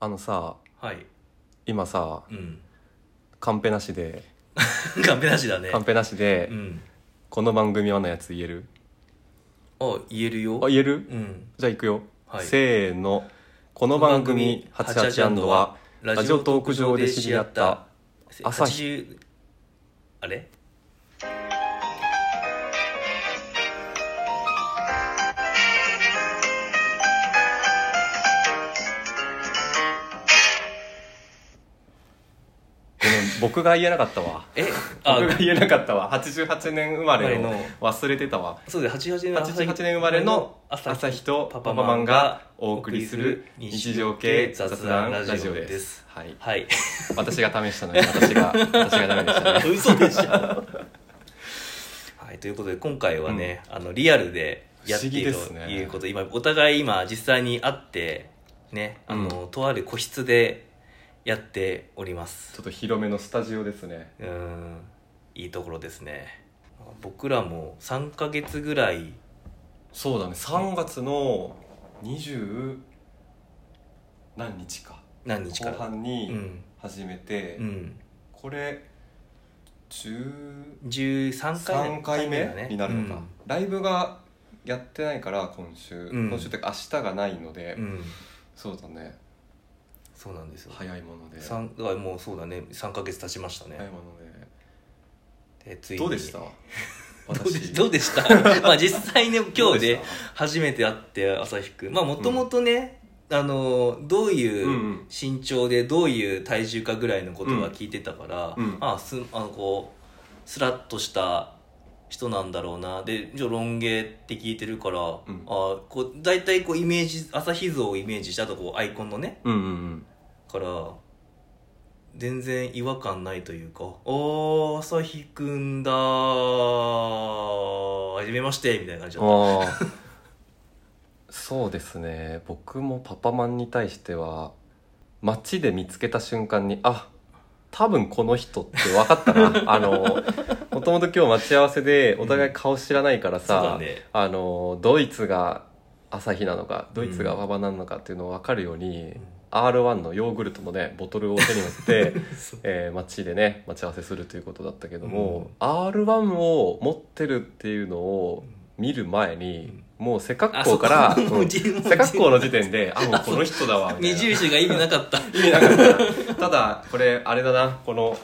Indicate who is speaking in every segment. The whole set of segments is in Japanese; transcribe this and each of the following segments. Speaker 1: あのさ
Speaker 2: はい。
Speaker 1: 今さ
Speaker 2: うん。
Speaker 1: カンペなしで
Speaker 2: カンペなしだね
Speaker 1: カ。ンペなしで、
Speaker 2: うん。
Speaker 1: この番組はのやつ言える
Speaker 2: あ、言えるよ。
Speaker 1: あ言える
Speaker 2: うん。
Speaker 1: じゃあいくよ、
Speaker 2: はい
Speaker 1: せーのこの番組「
Speaker 2: この
Speaker 1: 88アンドは」ラジオトーク上で知り合った朝
Speaker 2: 朝
Speaker 1: 日
Speaker 2: 日。あれ
Speaker 1: ごめん僕が言えなかったわ
Speaker 2: えあ
Speaker 1: 僕、が言えなかったわ88年生まれ
Speaker 2: 生ま
Speaker 1: の
Speaker 2: れの
Speaker 1: 忘れてたわ
Speaker 2: そうだよ、88年
Speaker 1: 88年生まれの朝日とパパマンがお送りする日常系雑談ラジオです。はい、
Speaker 2: はい。
Speaker 1: 私が試したのに私が私がダメでしたね
Speaker 2: 嘘でしょ。はい、ということで今回はね、あのリアルでやっている
Speaker 1: 不思
Speaker 2: と
Speaker 1: 議ですね
Speaker 2: いうこと、今お互い今実際に会ってねあの、とある個室でやっております
Speaker 1: ちょっと広めのスタジオですね
Speaker 2: うーんいいところですね僕らも3ヶ月ぐらい
Speaker 1: そうだね3月の20何日か
Speaker 2: 何日か
Speaker 1: 後
Speaker 2: ら
Speaker 1: 半
Speaker 2: う
Speaker 1: に
Speaker 2: ん、
Speaker 1: 始めて、
Speaker 2: うん、
Speaker 1: これ13
Speaker 2: 13
Speaker 1: 回
Speaker 2: 回目
Speaker 1: 目
Speaker 2: だね
Speaker 1: になるのか、ライブがやってないから今週、
Speaker 2: うん
Speaker 1: 今週っていうか明日がないので、
Speaker 2: うん、うん
Speaker 1: そうだね
Speaker 2: そうなんですよ
Speaker 1: 早いもので早い
Speaker 2: 三だからもうそうだね3ヶ月経ちましたね、
Speaker 1: もの
Speaker 2: でつい
Speaker 1: で
Speaker 2: に
Speaker 1: どうでした
Speaker 2: どうで
Speaker 1: 私
Speaker 2: どうでした まあ実際ね今日
Speaker 1: ど
Speaker 2: で
Speaker 1: うし
Speaker 2: 初めて会って朝日くんまあもともとね、あのどうい
Speaker 1: うんう
Speaker 2: うん身長でどういう体重かぐらいのことは聞いてたから、
Speaker 1: うんうん
Speaker 2: ああすあのこうスラッとした人なんだろうなでじゃあロン毛って聞いてるか
Speaker 1: ん
Speaker 2: ら、あこう大体こうイメージ朝日像をイメージしたとこうアイコンのね
Speaker 1: うんうんうん
Speaker 2: から全然違和感ないというか「おー朝日くんだーはじめまして」みたいな感じだった
Speaker 1: あー そうですね僕もパパマンに対しては街で見つけた瞬間にあ多分この人って分かった なあのもともと今日待ち合わせでお互い顔知らないから
Speaker 2: そうだ
Speaker 1: さ、
Speaker 2: ね
Speaker 1: あのドイツが朝日なのかドイツが
Speaker 2: うん
Speaker 1: パパなのかっていうのを分かるように、
Speaker 2: ん
Speaker 1: R1 のヨーグルトのねボトルを手に持って
Speaker 2: そう
Speaker 1: えー、街でね待ち合わせするということだったけども、
Speaker 2: う
Speaker 1: R1 を持ってるっていうのを見る前に、もう背格好から、
Speaker 2: あそこ
Speaker 1: うん
Speaker 2: もうじも う
Speaker 1: 背格好の時点であもうこの人だわみ
Speaker 2: 目
Speaker 1: たい
Speaker 2: 印が意味なかった
Speaker 1: な意味なかったただこれあれだなこの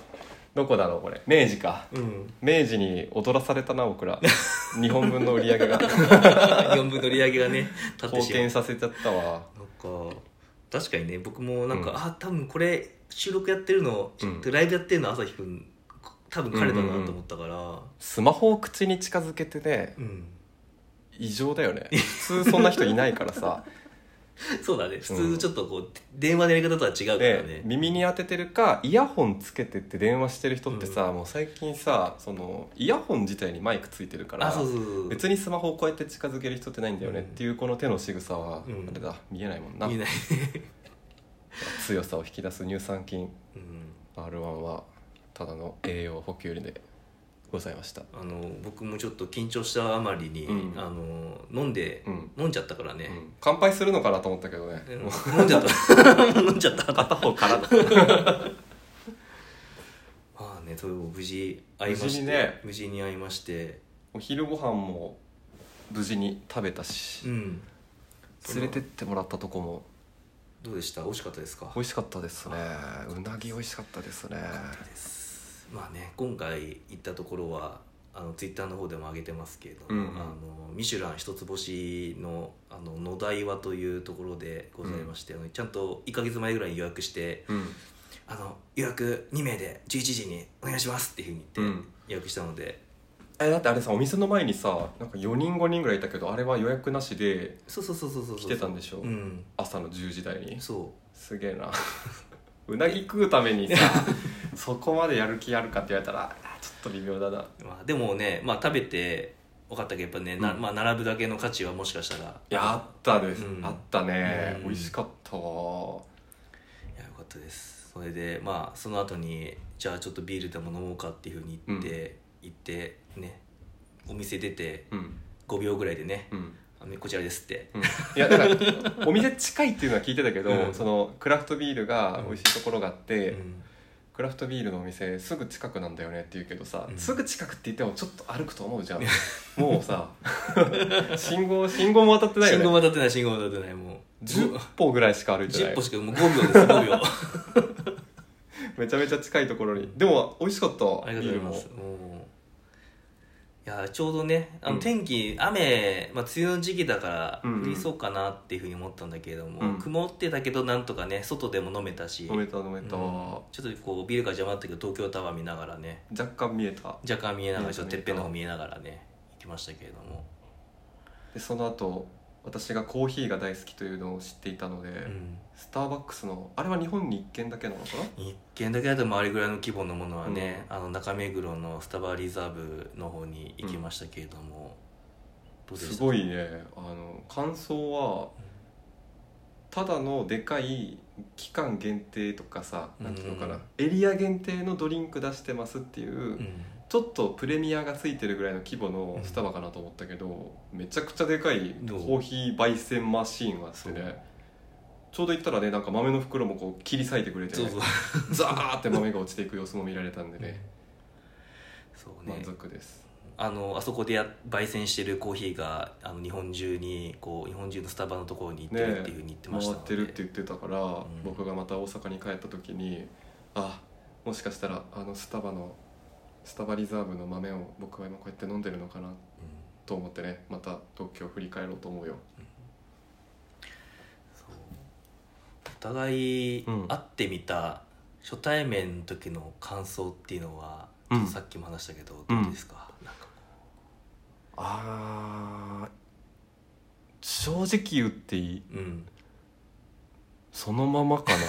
Speaker 1: どこだろうこれ明治か
Speaker 2: うん
Speaker 1: 明治に踊らされたな僕ら日本分の売り上げ が
Speaker 2: 4分の売り上げがね立って
Speaker 1: 貢
Speaker 2: しまう
Speaker 1: 献させちゃったわ
Speaker 2: なんか確かにね僕もなんか、
Speaker 1: うん
Speaker 2: あ多分これ収録やってるの、
Speaker 1: うん
Speaker 2: ライブやってるの朝日くん多分彼だなと思ったから
Speaker 1: スマホを口に近づけてね
Speaker 2: うん
Speaker 1: 異常だよね普通そんな人いないからさ
Speaker 2: そうだね普通ちょっとこう、電話のやり方とは違うから
Speaker 1: で
Speaker 2: ね
Speaker 1: 耳に当ててるかイヤホンつけてって電話してる人ってさ、もう最近さそのイヤホン自体にマイクついてるから
Speaker 2: あそうそうそう
Speaker 1: 別にスマホをこうやって近づける人ってないんだよね、
Speaker 2: うん
Speaker 1: っていうこの手の仕草は、
Speaker 2: うん
Speaker 1: あれだ見えないもんな
Speaker 2: 見えない、
Speaker 1: 強さを引き出す乳酸菌
Speaker 2: うん、
Speaker 1: R1 はただの栄養補給でございました
Speaker 2: あの僕もちょっと緊張したあまりに、
Speaker 1: うん
Speaker 2: あの飲んで、
Speaker 1: うん、
Speaker 2: 飲んじゃったから
Speaker 1: う
Speaker 2: ね、
Speaker 1: ん乾杯するのかなと思ったけどね、
Speaker 2: うん
Speaker 1: もう
Speaker 2: 飲んじゃっ た飲んじゃったま
Speaker 1: 片方から だ
Speaker 2: あねそれを無事会いまして
Speaker 1: 無事にね
Speaker 2: 無事に会いまして
Speaker 1: お昼ご飯も無事に食べたし、
Speaker 2: うんその
Speaker 1: 連れてってもらったとこも
Speaker 2: どうでした美味しかったですか
Speaker 1: 美味しかったですねうなぎ美味しかったですね
Speaker 2: ですまあね今回行ったところはあのツイッターの方でも上げてますけれども、
Speaker 1: うんうん
Speaker 2: あのミシュラン一つ星のあの野台和というところでございまして、あのちゃんと1か月前ぐらいに予約して
Speaker 1: うん
Speaker 2: あの予約2名で11時にお願いしますっていうふうに
Speaker 1: う
Speaker 2: 言って
Speaker 1: ん
Speaker 2: 予約したので、
Speaker 1: えだってあれさお店の前にさなんか4人5人ぐらいいたけどあれは予約なしで
Speaker 2: そうそうそうそうそうそう
Speaker 1: 来てたんでしょ
Speaker 2: うん
Speaker 1: 朝の10時台に
Speaker 2: そ、
Speaker 1: すげえな うなぎ食うために さそこまでやる気あるかって言われたらあちょっと微妙だないう
Speaker 2: まあ、でもね、まあ、食べて分かったけどやっぱね、な
Speaker 1: うん
Speaker 2: まあ、並ぶだけの価値はもしかしたら
Speaker 1: やあったです、
Speaker 2: うん
Speaker 1: あったね、
Speaker 2: うん
Speaker 1: 美味しかったわ
Speaker 2: いやよかったですそれでまあその後にじゃあちょっとビールでも飲もうかっていうふうに言って、行ってねお店出て
Speaker 1: うん
Speaker 2: 5秒ぐらいでね
Speaker 1: うん
Speaker 2: あのこちらですって
Speaker 1: うんいやだからお店近いっていうのは聞いてたけど、
Speaker 2: うん
Speaker 1: そのクラフトビールが美味しいところがあって、
Speaker 2: うん
Speaker 1: クラフトビールのお店すぐ近くなんだよねって言うけどさ、
Speaker 2: うん
Speaker 1: すぐ近くって言ってもちょっと歩くと思うじゃん もうさ信号信号も当たってないよ
Speaker 2: 信
Speaker 1: ね
Speaker 2: 号も当たってない信号も当たってないもう
Speaker 1: 10歩ぐらいしか歩いてな
Speaker 2: 10
Speaker 1: い
Speaker 2: 歩しかもう5秒です5秒
Speaker 1: めちゃめちゃ近いところにでも美味しかった
Speaker 2: ありが
Speaker 1: ビ
Speaker 2: と
Speaker 1: ー
Speaker 2: うござい
Speaker 1: ル
Speaker 2: ま
Speaker 1: も
Speaker 2: すうんいやちょうどねあ
Speaker 1: う
Speaker 2: の
Speaker 1: ん
Speaker 2: 天気、雨、まあ、梅雨の時期だから
Speaker 1: うんうん
Speaker 2: 降りそうかなっていうふうに思ったんだけれども、
Speaker 1: うん
Speaker 2: 曇ってたけどなんとかね外でも飲めたし
Speaker 1: 飲めた飲めた、
Speaker 2: うんちょっとこうビルが邪魔だったけど東京タワー見ながらね
Speaker 1: 若干見えた
Speaker 2: 若干見えながらちょっと
Speaker 1: 見
Speaker 2: て
Speaker 1: え
Speaker 2: ったぺんの方見えながらね行きましたけれども、
Speaker 1: でその後私がコーヒーが大好きというのを知っていたので、
Speaker 2: うん
Speaker 1: スターバックスのあれは日本に1軒だけなのかな
Speaker 2: 一軒だけだとあれぐらいの規模のものはね、あの中目黒のスタバリザーブの方に行きましたけれども、どうでした
Speaker 1: すごいねあの感想はただのでかい期間限定とかさなんていうのかな、
Speaker 2: うん
Speaker 1: エリア限定のドリンク出してますっていう、
Speaker 2: うん
Speaker 1: ちょっとプレミアがついてるぐらいの規模のスタバかなと思ったけど、めちゃくちゃでかい
Speaker 2: どう
Speaker 1: コーヒー焙煎マシーンがあって
Speaker 2: そ
Speaker 1: ね
Speaker 2: う
Speaker 1: ちょうど行ったらねなんか豆の袋もこう切り裂いてくれて、
Speaker 2: そう
Speaker 1: ね
Speaker 2: そう、
Speaker 1: ザーって豆が落ちていく様子も見られたんでね、
Speaker 2: そう
Speaker 1: 満
Speaker 2: ね
Speaker 1: 足です
Speaker 2: あのあそこでや焙煎してるコーヒーがあの日本中にこう日本中のスタバのところに行ってるっていうふうに言ってま
Speaker 1: 回
Speaker 2: した
Speaker 1: っ
Speaker 2: の
Speaker 1: て
Speaker 2: で、
Speaker 1: るって言ってたから、
Speaker 2: ん
Speaker 1: 僕がまた大阪に帰った時にあもしかしたらあのスタバのスタバリザーブの豆を僕は今こうやって飲んでるのかな
Speaker 2: うん
Speaker 1: と思ってねまた東京振り返ろうと思うよ
Speaker 2: そうお互い
Speaker 1: うん
Speaker 2: 会ってみた初対面の時の感想っていうのは、
Speaker 1: うん
Speaker 2: ちょっとさっきも話したけどどうですか,、なんか
Speaker 1: あー正直言っていい
Speaker 2: うん、
Speaker 1: そのままかな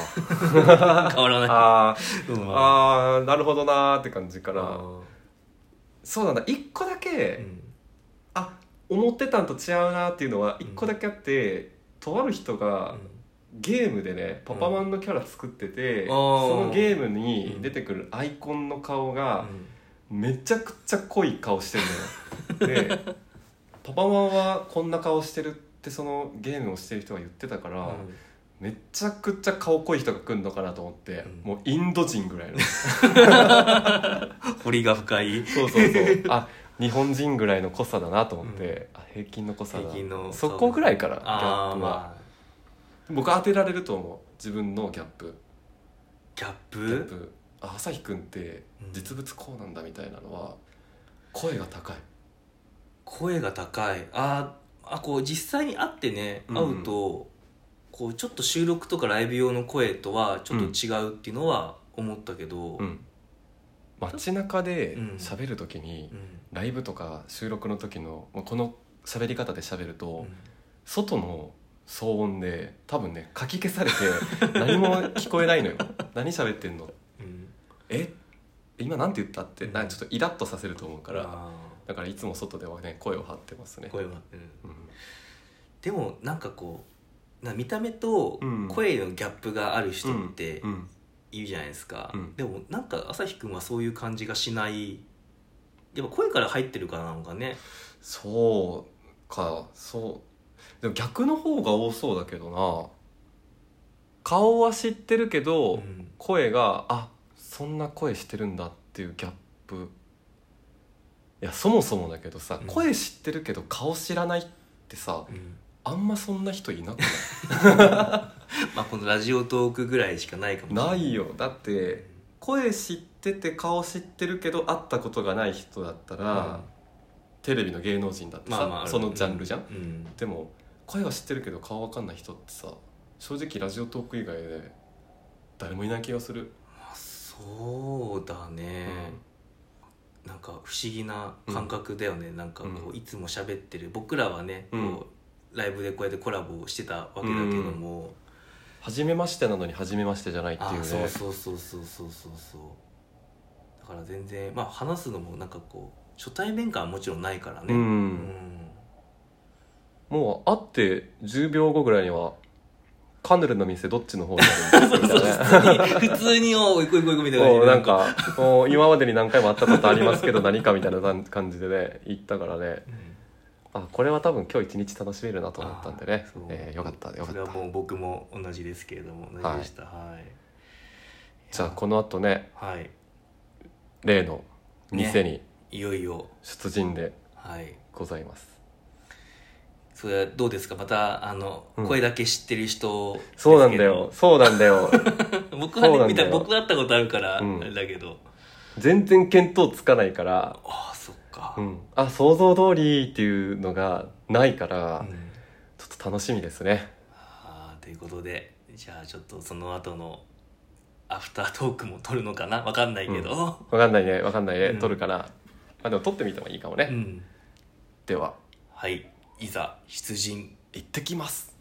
Speaker 2: 変わらない
Speaker 1: あ
Speaker 2: うん
Speaker 1: ー
Speaker 2: まあ
Speaker 1: あーなるほどなーって感じか
Speaker 2: あ
Speaker 1: なそうなんだ一個だけ、
Speaker 2: ーうん
Speaker 1: あ思ってたんと違うなーっていうのは一個だけあって、とある人がゲームでねパパマンのキャラ作ってて、
Speaker 2: ん
Speaker 1: そのゲーム
Speaker 2: う
Speaker 1: に
Speaker 2: ん
Speaker 1: 出てくるアイコンの顔
Speaker 2: うん
Speaker 1: がめちゃくちゃ濃い顔してるの よでパパマンはこんな顔してるってそのゲームをしてる人が言ってたから、
Speaker 2: うん
Speaker 1: めちゃくちゃ顔濃い人が来るのかなと思って、
Speaker 2: うん
Speaker 1: もうインド人ぐらい の
Speaker 2: 彫りが深い
Speaker 1: そうそうそう あ日本人ぐらいの濃さだなと思って、あ平均の濃さだ
Speaker 2: 平均の
Speaker 1: そこぐらいからギャッ
Speaker 2: ああ
Speaker 1: プは
Speaker 2: まあ
Speaker 1: 僕当てられると思う自分のギャップ
Speaker 2: ギャップ
Speaker 1: ギャップあ朝日くんって
Speaker 2: うん
Speaker 1: 実物こうなんだみたいなのは声が高い
Speaker 2: 声が高いあーあこう実際に会ってね
Speaker 1: うん
Speaker 2: 会うと、こうちょっと収録とかライブ用の声とはちょっと違うっていうのは思ったけど、
Speaker 1: うん街中で
Speaker 2: うん
Speaker 1: 喋る時に、
Speaker 2: うん
Speaker 1: ライブとか収録の時のもうこの喋り方で喋ると、
Speaker 2: うん
Speaker 1: 外の騒音で多分ねかき消されて 何も聞こえないのよ何喋ってんのえ今なんて言ったってなんかちょっとイラッとさせると思うから、
Speaker 2: あ
Speaker 1: だからいつも外ではね声を張ってますね
Speaker 2: ー声は、うん
Speaker 1: うん
Speaker 2: でもなんかこうな見た目と
Speaker 1: うん
Speaker 2: 声のギャップがある人って
Speaker 1: うん
Speaker 2: いるじゃないですか、
Speaker 1: うん
Speaker 2: でもなんか朝日くんはそういう感じがしないやっぱ声から入ってるからなのかね
Speaker 1: そうかそうでも逆の方が多そうだけどな顔は知ってるけど、
Speaker 2: うん
Speaker 1: 声があそんな声してるんだっていうギャップいやそもそもだけどさ、
Speaker 2: うん
Speaker 1: 声知ってるけど顔知らないってさ
Speaker 2: うん
Speaker 1: あんまそんな人い なくない
Speaker 2: まあこのラジオトークぐらいしかないかもしれ
Speaker 1: な
Speaker 2: ない
Speaker 1: いよだって声知ってて顔知ってるけど会ったことがない人だったら、テレビの芸能人だってさ、
Speaker 2: まあまあ
Speaker 1: そのジャンルじゃん、
Speaker 2: うんうん
Speaker 1: でも声は知ってるけど顔わかんない人ってさ正直ラジオトーク以外で誰もいない気がする、
Speaker 2: あそうだね、なんか不思議な感覚だよね、なんかこ
Speaker 1: う
Speaker 2: ういつも喋ってる僕らはね、
Speaker 1: うん
Speaker 2: こうライブでこうやってコラボをしてたわけだけども、
Speaker 1: 初めましてなのに初めましてじゃないっていう
Speaker 2: あ
Speaker 1: ね
Speaker 2: そうそうそうそうそうそうそうだから全然まあ話すのもなんかこう初対面感はもちろんないからね
Speaker 1: うん
Speaker 2: うん
Speaker 1: もう会って10秒後ぐらいにはカヌレの店どっちの方にあるん ですかみたいなね
Speaker 2: 普通に「おう行こう行こう行こう」みたいな
Speaker 1: もうなんかもう今までに何回も会ったことありますけど何かみたいな感じでね行ったからね
Speaker 2: うん
Speaker 1: あこれは多分今日一日楽しめるなと思ったんでね
Speaker 2: そう、
Speaker 1: えーよかったよか
Speaker 2: そ
Speaker 1: っ
Speaker 2: れは
Speaker 1: た
Speaker 2: もう僕も同じですけれども同じでしたはい、
Speaker 1: じゃあこのあとね
Speaker 2: はい
Speaker 1: 例の店に
Speaker 2: いよいよ
Speaker 1: 出陣で
Speaker 2: はい
Speaker 1: ございます、
Speaker 2: それはどうですかまたあの、
Speaker 1: うん
Speaker 2: 声だけ知ってる人
Speaker 1: そうなんだよそうなんだよ
Speaker 2: ですけど 僕は
Speaker 1: そうな
Speaker 2: ね
Speaker 1: んだよ
Speaker 2: 見た僕は会ったことあるから、
Speaker 1: うん
Speaker 2: あれだけど
Speaker 1: 全然見当つかないから、
Speaker 2: ああそっか、
Speaker 1: うん、あ想像通りっていうのがないか
Speaker 2: う
Speaker 1: ら、
Speaker 2: ん
Speaker 1: ちょっと楽しみですね
Speaker 2: あーということでじゃあちょっとその後のアフタートークも撮るのかなわかんないけど、
Speaker 1: わかんないねわかんないね、
Speaker 2: うん
Speaker 1: 撮るかなあでも撮ってみてもいいかもね、
Speaker 2: うん
Speaker 1: では
Speaker 2: はいいざ出陣
Speaker 1: 行ってきます